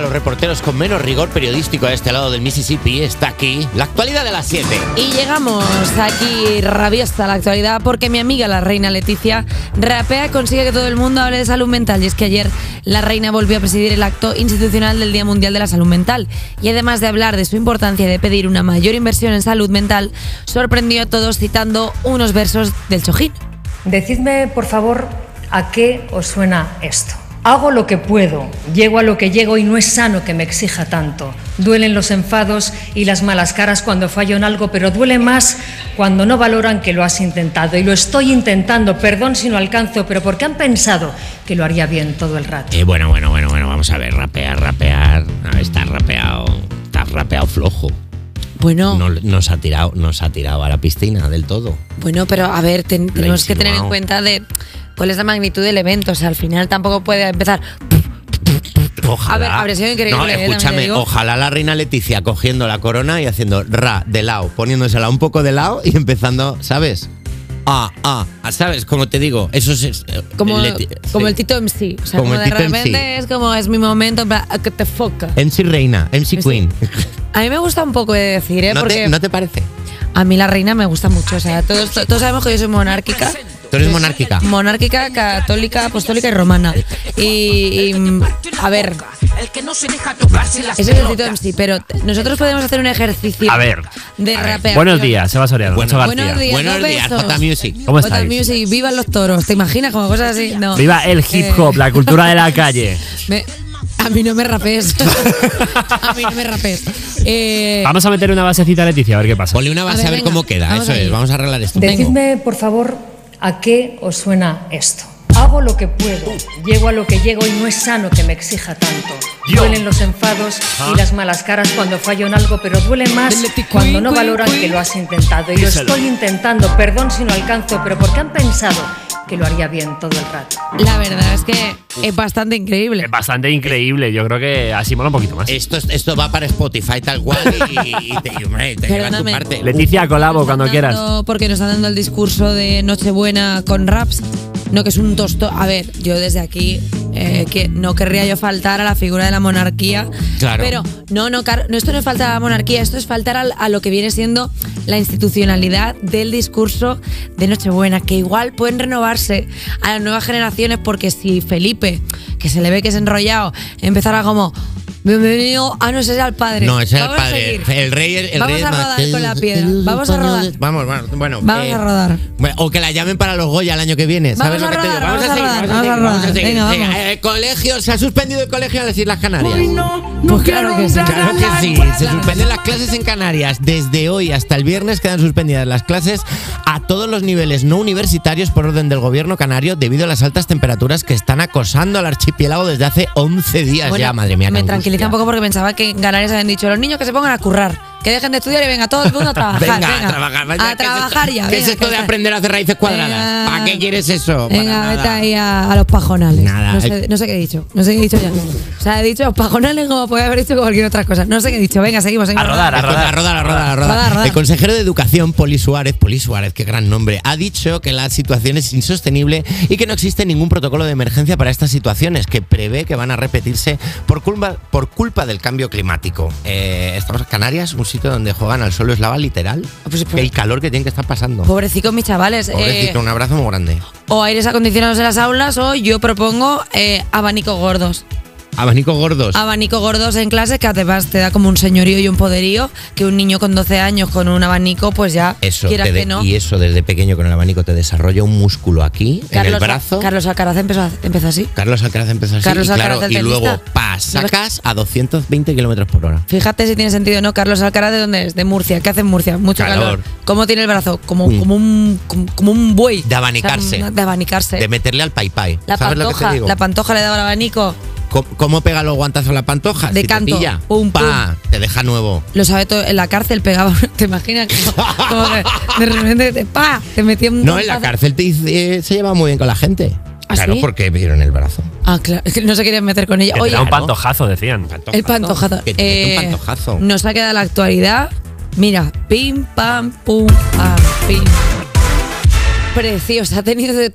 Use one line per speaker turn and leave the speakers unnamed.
los reporteros con menos rigor periodístico a este lado del Mississippi está aquí. La actualidad de las 7.
Y llegamos aquí rabiosa la actualidad porque mi amiga la reina Leticia rapea y consigue que todo el mundo hable de salud mental. Y es que ayer la reina volvió a presidir el acto institucional del Día Mundial de la Salud Mental. Y además de hablar de su importancia y de pedir una mayor inversión en salud mental, sorprendió a todos citando unos versos del Chojín.
Decidme, por favor, a qué os suena esto. Hago lo que puedo, llego a lo que llego y no es sano que me exija tanto. Duelen los enfados y las malas caras cuando fallo en algo, pero duele más cuando no valoran que lo has intentado. Y lo estoy intentando, perdón si no alcanzo, pero porque han pensado que lo haría bien todo el rato.
Eh, bueno, bueno, bueno, bueno, vamos a ver, rapear, rapear. A ver, estás rapeado, estás rapeado flojo.
Bueno,
No, nos, ha tirado, nos ha tirado a la piscina del todo.
bueno, pero a ver, ten- tenemos que tener en
insinuado.
cuenta de cuál es la magnitud del evento. O sea, al final tampoco puede empezar.
Ojalá.
A ver, habría sido increíble,
No,
eh, también te
escúchame,
digo.
ojalá la reina Leticia cogiendo la corona y haciendo ra de lado, poniéndosela un poco de lado y empezando, ¿sabes? Ah, ah, ah, ¿sabes? Como te digo, eso es. es-
Como,
Leti-
como
sí.
el Tito MC. O sea,
Como
como,
el
de
Tito Eh. MC.
repente es como es mi momento en plan, a que te foca.
MC Reina, MC Queen.
A mí me gusta un poco de decir, ¿eh?
¿No,
Porque
te, ¿No te parece?
a mí la reina me gusta mucho. O sea, todos, todos sabemos que yo soy monárquica.
Tú eres monárquica.
Monárquica, católica, apostólica y romana. Y, y, mm, a ver,
El que no se deja tocar sin las
ese es el Tito
pelotas.
MC, pero t- nosotros podemos hacer un ejercicio
A ver.
de rapear.
Buenos días, Seba Soriano. Nacho García.
Buenos días,
Buenos
dos
días,
besos.
Jota Music.
¿Cómo
Jota
estáis?
Music, vivan los toros. ¿Te imaginas como cosas así? No.
Viva el hip hop,
Eh,
la cultura de la calle.
Me- a mí no me rapes. a mí no me rapes. Eh,
Vamos a meter una basecita a Leticia, a ver qué pasa.
Ponle una base a
A
ver,
ver, venga,
cómo queda.
vamos
eso
ahí.
es, vamos a arreglar esto.
Decidme, por favor, a qué os suena esto. Hago lo que puedo, llego a lo que llego y no es sano que me exija tanto.
Yo.
Duelen los enfados y las malas caras cuando fallo en algo, pero duele más cuando no valoran que lo has intentado. Y lo
Díselo.
estoy intentando, perdón si no alcanzo, pero porque han pensado que lo haría bien todo el rato.
la verdad es que es bastante increíble.
Es bastante increíble, yo creo que así mola un poquito más.
Eh,
Esto, es- esto va para Spotify tal cual y, y te, y, hombre, te lleva tu
Perdóname.
parte.
uh,
Leticia, colabo
Nos
cuando
están
quieras.
dando- Porque nos están dando el discurso de Nochebuena con raps. No, que es un tosto. A ver, yo desde aquí eh, que no querría yo faltar a la figura de la monarquía.
Claro.
Pero no, no, Car- no, esto no es falta a la monarquía, esto es faltar al- a lo que viene siendo la institucionalidad del discurso de Nochebuena, que igual pueden renovarse a las nuevas generaciones, porque si Felipe, que se le ve que es enrollado, empezara como. Bienvenido. Ah, no, ese era el padre.
No, ese es el
Vamos a
padre.
seguir.
El rey el rey
Vamos a
es
rodar
Mateo.
con la piedra. Vamos a rodar.
Vamos, vamos, bueno. eh,
Vamos a rodar.
bueno, O que la llamen para los Goya el año que viene. ¿Sabes
Vamos
lo
a
que te digo?
rodar, vamos a
seguir,
rodar,
seguir,
vamos a rodar.
seguir.
Venga,
Venga,
vamos.
eh, colegio, se ha suspendido el colegio en las Islas Canarias.
Pues claro que sí.
Claro que sí, se suspenden las clases en Canarias. Desde hoy hasta el viernes quedan suspendidas las clases a todos los niveles no universitarios por orden del gobierno canario debido a las altas temperaturas que están acosando al archipiélago desde hace 11 días
Bueno,
ya, madre mía. qué
Me
angustia.
tranquiliza un poco porque pensaba que en Canarias habían dicho los niños que se pongan a currar, que dejen de estudiar y venga todo el mundo a trabajar.
Venga,
venga,
a trabajar, vaya, ¿qué
a
es esto-
trabajar ya.
¿Qué
venga,
es esto de
que-
aprender a hacer raíces cuadradas?
Venga.
¿Para qué quieres eso? Para
Venga, vete
nada.
ahí a, a los pajonales.
Nada,
No
el-
sé, no sé qué he dicho. No sé qué he dicho ya. O sea, he dicho los pajonales como podía haber dicho cualquier otra cosa. No sé qué he dicho. Venga, seguimos. seguimos.
A rodar,
A rodar, a rodar, a rodar, a rodar.
Rodar, rodar.
El consejero de Educación, Poli Suárez, Poli Suárez, qué gran nombre, ha dicho que la situación es insostenible y que no existe ningún protocolo de emergencia para estas situaciones, que prevé que van a repetirse por culpa, por culpa del cambio climático. Eh, estamos en Canarias, un sitio donde juegan al suelo eslava literal.
Pues, pues-
el calor que tienen que estar pasando.
Pobrecicos mis chavales. eh,
Pobrecito, un abrazo muy grande.
o aires acondicionados en las aulas o yo propongo eh, abanicos gordos.
Pues- Abanicos gordos.
abanico gordos en clase que además te da como un señorío y un poderío que un niño con 12 años con un abanico pues ya
Eso,
quieras
te de-
que no.
y eso desde pequeño con el abanico te desarrolla un músculo aquí, en el
Carlos-
brazo.
Carlos Alcaraz empezó, a- empezó así.
Carlos Alcaraz empezó así
Carlos
y, claro,
Alcaraz, el
y luego
tenista.
pa, sacas a 220 kilómetros por hora.
Fíjate si tiene sentido o no, Carlos Alcaraz, ¿de dónde es? De Murcia. ¿Qué hace en Murcia? Mucho
Calor.
calor. ¿Cómo tiene el brazo? Como,
Mm.
como, un, como, como un buey.
De abanicarse.
O sea, de abanicarse.
De meterle al pai pai.
la
¿Sabes lo que te
pantoja,
digo?
la pantoja le daba el abanico.
¿Cómo, cómo pega los guantazos a la pantoja?
De
Si te
canto.
pilla,
Pum,
pa, te deja nuevo.
Lo sabe todo, en la cárcel pegaba, ¿te imaginas? Como, como que de repente te, pa, te metía un
No, en la
guantazo.
cárcel te dice, eh, se lleva muy bien con la gente.
¿Ah,
claro,
sí?
porque vieron el brazo.
Ah, claro, es que no se querían meter con ella.
Que te
Oye,
da un
claro.
pantojazo, decían.
El pantojazo.
Que te mete
Eh,
un pantojazo.
Nos ha quedado la actualidad. Mira, pim, pam, pum, pam, pim. Preciosa, ha tenido de todo